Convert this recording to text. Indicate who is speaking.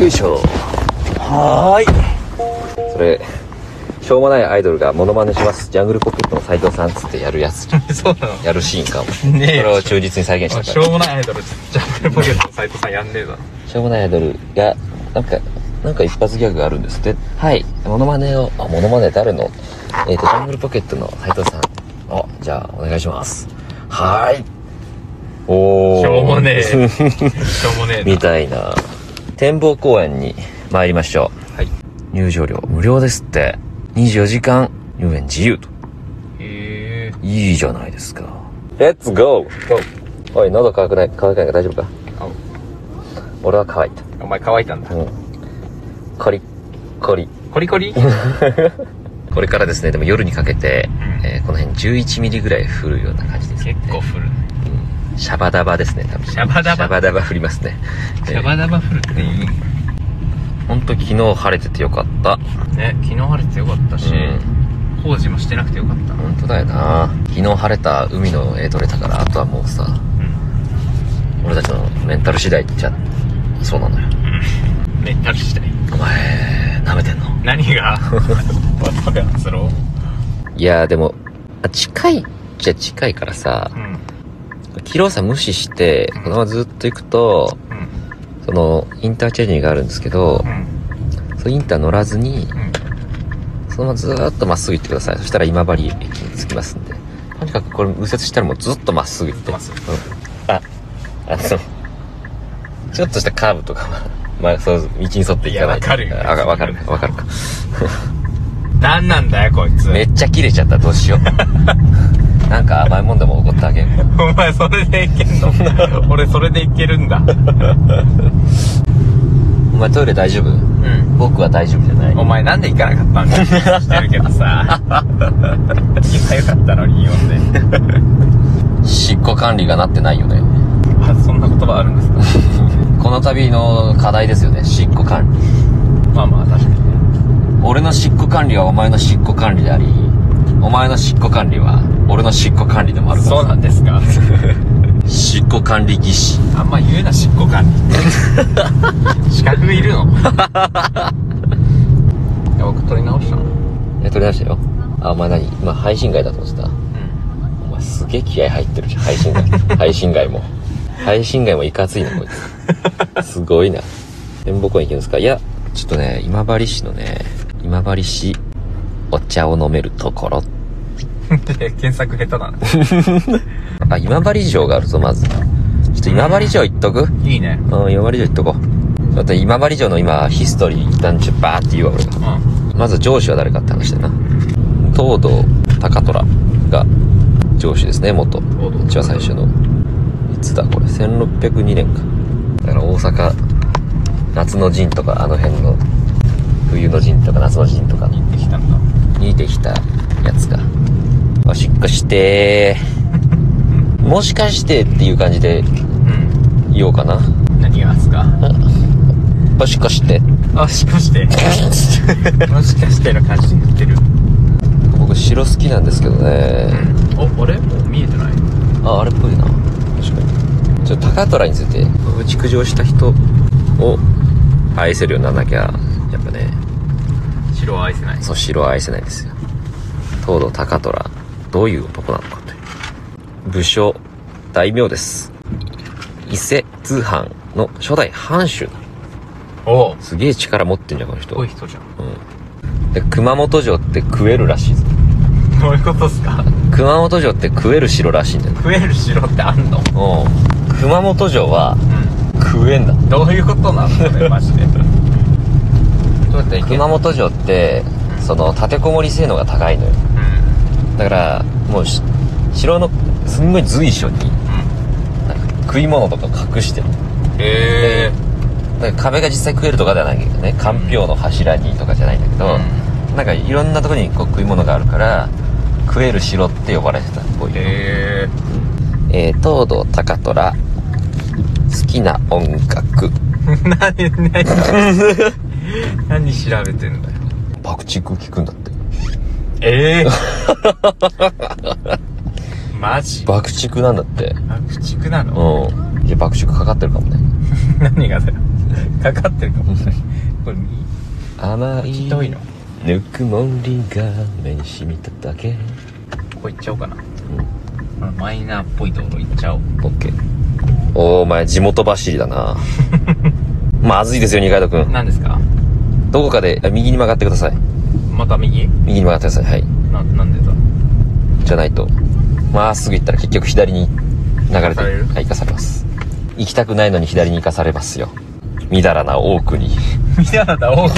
Speaker 1: よいしょ
Speaker 2: はーい
Speaker 1: それしょうもないアイドルがモノマネしますジャングルポケットの斎藤さんっつってやる やつ
Speaker 2: そうなの
Speaker 1: やるシーンかもそ
Speaker 2: ねえ
Speaker 1: れを忠実に再現し
Speaker 2: あ
Speaker 1: た
Speaker 2: し
Speaker 1: か
Speaker 2: ょ
Speaker 1: ら
Speaker 2: うもないアイドルジャングルポケットの斎藤さんやんねえだろ
Speaker 1: しょうもないアイドルがなんかなんか一発ギャグがあるんですってはいモノマネをあモノマネ誰のえっ、とジャングルポケットの斎藤さんあじゃあお願いしますはーいおお
Speaker 2: しょうもねえしょうもねえ
Speaker 1: み
Speaker 2: な
Speaker 1: たいな展望公園に参りましょう
Speaker 2: はい
Speaker 1: 入場料無料ですって24時間入園自由と
Speaker 2: へえ
Speaker 1: いいじゃないですかレッツゴーおい喉乾くない乾かないか大丈夫か俺は乾いた
Speaker 2: お前乾いたんだ
Speaker 1: うんコリコリ
Speaker 2: コリコリ
Speaker 1: これからですねでも夜にかけて、
Speaker 2: うん
Speaker 1: えーこの辺11ミリぐらい降るような感じですね
Speaker 2: 結構降るね
Speaker 1: シャバダバですね多分
Speaker 2: シャバダバ
Speaker 1: シャバダバ降りますね
Speaker 2: シャバダバ降るっていい
Speaker 1: 本当昨日晴れててよかった
Speaker 2: ね昨日晴れてよかったし
Speaker 1: う
Speaker 2: 工事もしてなくてよかったな
Speaker 1: 本当だよな昨日晴れた海の絵撮れたからあとはもうさ
Speaker 2: うん
Speaker 1: 俺たちのメンタル次第っちゃそうなのよ
Speaker 2: メンタル次第
Speaker 1: お前舐めてんの
Speaker 2: 何 がバカやつろ
Speaker 1: いやーでもあ近いっちゃ近いからさ
Speaker 2: うん
Speaker 1: 広さ無視してこのままずっと行くと
Speaker 2: うん
Speaker 1: そのインターチェンジがあるんですけど
Speaker 2: うん
Speaker 1: そのインター乗らずに
Speaker 2: うん
Speaker 1: そのままずーっとまっすぐ行ってくださいそしたら今治駅に着きますんでとにかくこれ右折したらもうずっとまっすぐ行って
Speaker 2: まっすぐ
Speaker 1: うん、ああのちょっとしたカーブとかはまあそう道に沿っていかない
Speaker 2: いやわかるよ
Speaker 1: あわかるかわかるか
Speaker 2: 何なんだよこいつ
Speaker 1: めっちゃ切れちゃったどうしよう なんか甘いもんでも怒ってあげる
Speaker 2: お前それでいけんの俺それでいけるんだ
Speaker 1: お前トイレ大丈夫
Speaker 2: うん
Speaker 1: 僕は大丈夫じゃない
Speaker 2: お前なんで行かなかったんだしてるけどさ今よかったのにイオンで
Speaker 1: 執行管理がなってないよね
Speaker 2: あそんな言葉あるんですか
Speaker 1: この度の課題ですよね執行管理
Speaker 2: まあまあ確かにね
Speaker 1: 俺の執行管理はお前の執行管理でありお前の執行管理は俺の執行管理でもあるから
Speaker 2: そうなんですか
Speaker 1: 執行管理技師
Speaker 2: あんま言うな執行官に資格いる のいや僕取り直したのうん
Speaker 1: え取り出したよあお前何今配信外だと思ってたお前すげえ気合入ってるじゃん配信外配信外も配信外もいかついなこいつすごいな展望公園行けるんですかいやちょっとね今治市のね今治市お茶を飲めるところ
Speaker 2: で検索下手だな
Speaker 1: あ今治城があるぞまずちょっと今治城行っとく
Speaker 2: いいね
Speaker 1: うん今治城行っとこうちょっと今治城の今ヒストリー一旦ちょバーって言うわ俺が
Speaker 2: うん
Speaker 1: まず上司は誰かって話だよな東堂高虎が上司ですね元
Speaker 2: 堂高虎
Speaker 1: 一番最初のいつだこれ1602年かだから大阪夏の陣とかあの辺の冬の陣とか夏の陣とか
Speaker 2: 行ってきたんだ
Speaker 1: にできたやつがおしっこしてーもしかしてっていう感じで
Speaker 2: うん
Speaker 1: 言おうかな
Speaker 2: 何がですか
Speaker 1: おしっこして
Speaker 2: あ、しかして。もしか しての感じで言ってる。
Speaker 1: 僕白好きなんですけどね
Speaker 2: お、俺もう見えてない。
Speaker 1: ああれっぽいな確かにちょっと高虎についてうち苦情した人を愛せるようにならなきゃやっぱね
Speaker 2: 白は愛せない。
Speaker 1: そう城は愛せないんですよ東堂高虎どういう男なのかという武将大名です伊勢通販の初代藩主だ
Speaker 2: おお。す
Speaker 1: すげえ力持ってんじゃんこの人
Speaker 2: ごい人じゃん。
Speaker 1: で熊本城って食えるらしいぞ
Speaker 2: どういうことっすか
Speaker 1: 熊本城って食える城らしいんだよ
Speaker 2: 食える白ってあんの
Speaker 1: うん熊本城は食えんだ
Speaker 2: うん。どういうことなのそれ、マジで。どうやっていけん
Speaker 1: 熊
Speaker 2: の
Speaker 1: 本城ってその立てこもり性能が高いのよだからもうし城のすんごい随所になんか食い物とか隠してる
Speaker 2: うん。へえ。
Speaker 1: だから壁が実際食えるとかではないけどねかんぴょうの柱にとかじゃないんだけど、なんかいろんなとこにこう食い物があるから食える城って呼ばれてたっぽいよ
Speaker 2: へえ。
Speaker 1: えー、東堂高虎好きな音楽
Speaker 2: 何、何何調べてんだよ。
Speaker 1: 爆竹聞くんだって
Speaker 2: ええ。マジ
Speaker 1: 爆竹なんだって
Speaker 2: 爆竹なの
Speaker 1: うんいや爆竹かかってるかもね
Speaker 2: 何がだよ。かかってるかもしれないこれ
Speaker 1: 甘い
Speaker 2: ひどいの
Speaker 1: ぬくもりが目に染みただけ
Speaker 2: ここ行っちゃおうかな
Speaker 1: うん
Speaker 2: このマイナーっぽいところ行っちゃおう
Speaker 1: オッケーおーお前地元走りだな まずいですよ二階堂君
Speaker 2: 何ですか
Speaker 1: どこかであ右に曲がってください
Speaker 2: また右
Speaker 1: 右に曲がってくださいはい
Speaker 2: ななんでだ
Speaker 1: じゃないとまっすぐ行ったら結局左に流れて
Speaker 2: 行かされる
Speaker 1: はい行かされます行きたくないのに左に行かされますよみだらな多くに
Speaker 2: みたいなだ多く